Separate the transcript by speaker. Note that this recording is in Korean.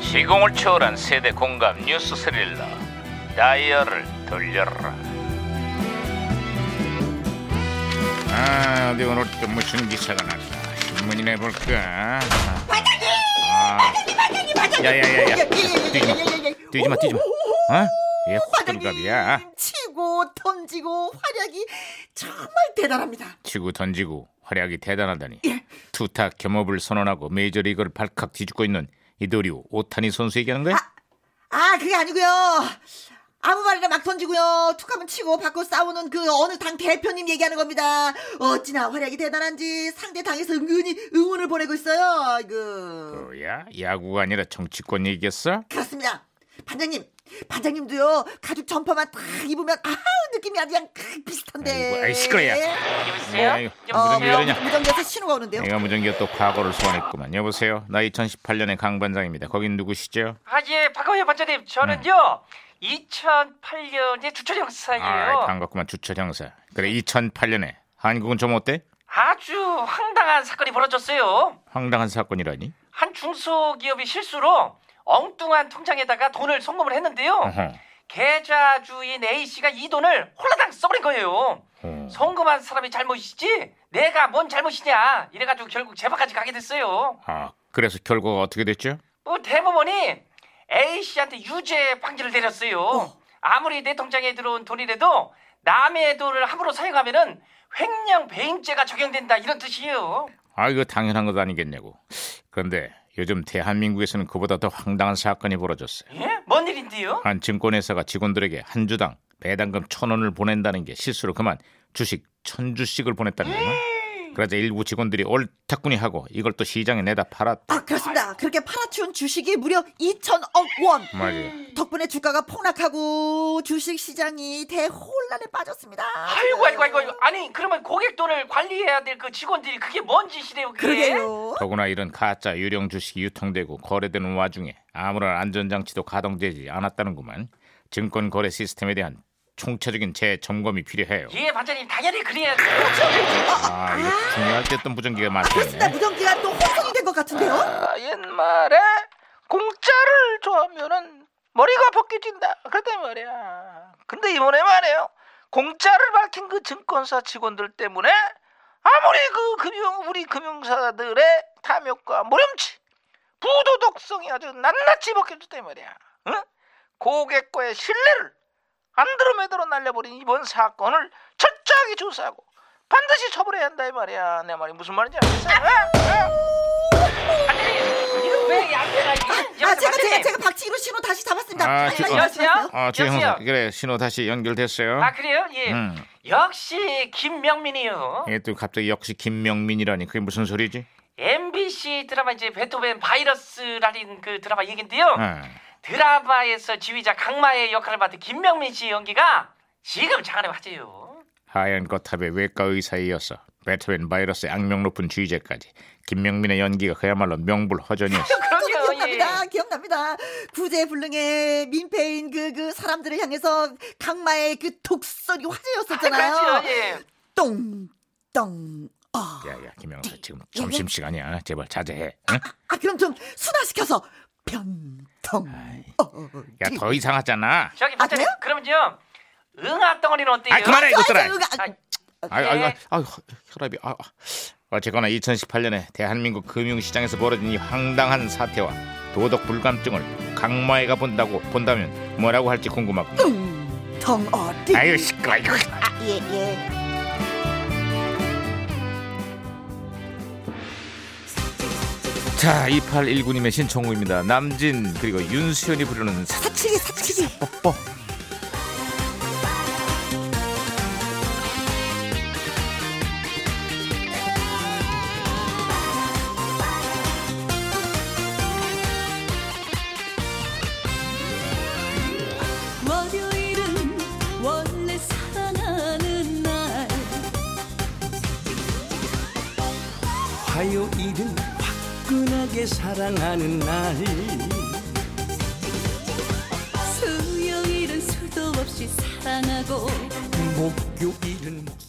Speaker 1: 시공을 초월한 세대 공감 뉴스 스릴러 다이얼을 돌려라
Speaker 2: 아 어디 오늘 또 무슨 기사가 났나 신문이나 볼까 아, 반장님 반장님 야야야야 뛰지마 뛰지마 어? 얘 호들갑이야
Speaker 3: 치고 던지고 활약이 정말 대단합니다.
Speaker 2: 치고 던지고 활약이 대단하다니
Speaker 3: 예.
Speaker 2: 투탁 겸업을 선언하고 메이저리그를 발칵 뒤집고 있는 이도류 오타니 선수 얘기하는 거야?
Speaker 3: 아 그게 아니고요. 아무 말이나 막 던지고요. 툭하면 치고 받고 싸우는 그 어느 당 대표님 얘기하는 겁니다. 어찌나 활약이 대단한지 상대 당에서 은근히 응원을 보내고 있어요. 이거
Speaker 2: 뭐야 야구가 아니라 정치권 얘기겠어?
Speaker 3: 그렇습니다. 반장님, 반장님도요 가죽 점퍼만 딱 입으면 아우 느낌이 아주 그냥 크, 비슷한데.
Speaker 2: 아이고, 아이, 시끄러워, 야.
Speaker 1: 여보세요?
Speaker 2: 아이고, 네,
Speaker 3: 어,
Speaker 2: 무전기 왜 이러냐?
Speaker 3: 무전기에서 신호가 오는데요.
Speaker 2: 내가 무전기가 또 과거를 소환했구만 여보세요 나 2018년의 강반장입니다 거긴 누구시죠?
Speaker 4: 아예 박가희 반장님 저는요 2008년에 주철 형사예요.
Speaker 2: 네. 아이 반갑구만 주철 형사 그래 2008년에 한국은 좀 어때?
Speaker 4: 아주 황당한 사건이 벌어졌어요.
Speaker 2: 황당한 사건이라니?
Speaker 4: 한 중소기업이 실수로 엉뚱한 통장에다가 돈을 송금을 했는데요.
Speaker 2: 어허.
Speaker 4: 계좌 주인 A 씨가 이 돈을 홀라당 써버린 거예요.
Speaker 2: 어.
Speaker 4: 송금한 사람이 잘못이지 내가 뭔 잘못이냐 이래가지고 결국 재판까지 가게 됐어요.
Speaker 2: 아 그래서 결과가 어떻게 됐죠?
Speaker 4: 뭐 대법원이 A 씨한테 유죄 판결을 내렸어요. 아무리 내 통장에 들어온 돈이라도 남의 돈을 함부로 사용하면은 횡령 배임죄가 적용된다 이런 뜻이에요.
Speaker 2: 아 이거 당연한 것 아니겠냐고 그런데 요즘 대한민국에서는 그보다 더 황당한 사건이 벌어졌어요
Speaker 4: 예? 뭔 일인데요?
Speaker 2: 한 증권회사가 직원들에게 한 주당 배당금 천 원을 보낸다는 게 실수로 그만 주식 천 주씩을 보냈다는 거야 그러자 일부 직원들이 옳다꾸니 하고 이걸 또 시장에 내다 팔았다
Speaker 3: 아 그렇습니다. 그렇게 팔아치운 주식이 무려 2천억 원.
Speaker 4: 음.
Speaker 2: 맞아
Speaker 3: 덕분에 주가가 폭락하고 주식 시장이 대혼란에 빠졌습니다.
Speaker 4: 아이고 아이고 아이고 아이고. 아니 그러면 고객 돈을 관리해야 될 그 직원들이 그게 뭔 짓이래요 그게?
Speaker 3: 그러게요.
Speaker 2: 더구나 이런 가짜 유령 주식이 유통되고 거래되는 와중에 아무런 안전장치도 가동되지 않았다는구만 증권 거래 시스템에 대한 총체적인 재점검이 필요해요.
Speaker 4: 예 반장님 당연히 그래야죠.
Speaker 2: 아 이거 중요할 때 어떤 부정기가
Speaker 3: 그렇습니다.
Speaker 2: 많겠네.
Speaker 3: 무전기가 또 혼선이 된 것 같은데요.
Speaker 5: 아, 옛말에 공짜를 좋아하면은 머리가 벗겨진다 그랬단 말이야 근데 이번에 말이에요 공짜를 밝힌 그 증권사 직원들 때문에 아무리 그 금융 우리 금융사들의 탐욕과 모렴치 부도덕성이 아주 낱낱이 벗겨졌단 말이야 응? 고객과의 신뢰를 안드로메다로 날려버린 이번 사건을 철저하게 조사하고 반드시 처벌해야 한다 이 말이야 내 말이 무슨 말인지 알겠어? 응? 응?
Speaker 4: 반장님 이거 왜안 되나 이게?
Speaker 3: 아
Speaker 4: 여보세요,
Speaker 3: 제가 제가
Speaker 4: 반장님.
Speaker 3: 제가 박치기로 신호 다시 잡았습니다.
Speaker 2: 아,
Speaker 3: 잠시만요,
Speaker 2: 지금-
Speaker 3: 잠시만요.
Speaker 4: 여보세요?
Speaker 2: 아
Speaker 4: 여보세요?
Speaker 2: 주영사 그래 신호 다시 연결됐어요.
Speaker 4: 아 그래요? 예.
Speaker 2: 음. 예.
Speaker 4: 역시 김명민이요.
Speaker 2: 이게 또 갑자기 역시 김명민이라니 그게 무슨 소리지?
Speaker 4: MBC 드라마 이제 베토벤 바이러스라는 그 드라마 얘긴데요.
Speaker 2: 아,
Speaker 4: 드라마에서 지휘자 강마의 역할을 맡은 김명민 씨의 연기가 지금 장안의 화제요.
Speaker 2: 하얀 거탑의 외과 의사에 이어서 베트맨 바이러스의 악명 높은 주의자까지 김명민의 연기가 그야말로 명불허전이었어.
Speaker 3: 저도
Speaker 4: 그럼요. 예.
Speaker 3: 네, 기억납니다. 기억납니다. 구제불능의 민폐인 그 그 사람들을 향해서 강마의 그 독설이
Speaker 4: 그렇죠.
Speaker 3: 화제였었잖아요.
Speaker 4: 예.
Speaker 3: 똥똥 아.
Speaker 2: 야야 김영사 지금 점심 시간이야 제발 자제해. 응?
Speaker 3: 아 그럼 좀 순화시켜서 변통. 어, 어, 어.
Speaker 2: 야 더 이상하잖아.
Speaker 4: 저기
Speaker 3: 아,
Speaker 4: 반장님
Speaker 3: 그래요?
Speaker 4: 그러면요. 응아 덩어리는 어때요?
Speaker 2: 아 그만해 이것들아.
Speaker 3: 아이고, 아,
Speaker 4: 아,
Speaker 2: 아유 아유 아유, 아유 혈압이 아. 아. 어쨌거나 2018년에 대한민국 금융시장에서 벌어진 이 황당한 사태와 도덕 불감증을 강마애가 본다고 본다면 뭐라고 할지 궁금하고.
Speaker 3: 똥 어디?
Speaker 2: 아유 시끄러 이거.
Speaker 3: 아, 예, 예.
Speaker 2: 자 2819님의 신청곡입니다. 남진 그리고 윤수연이 부르는 사
Speaker 3: 사치기, 사치기.
Speaker 2: 뽀뽀.
Speaker 6: 월요일은 원래 사랑하는 날
Speaker 7: 화요일은 화끈하게 사랑하는 날
Speaker 6: 수요일은 수도 없이 사랑하고
Speaker 7: 목요일은 목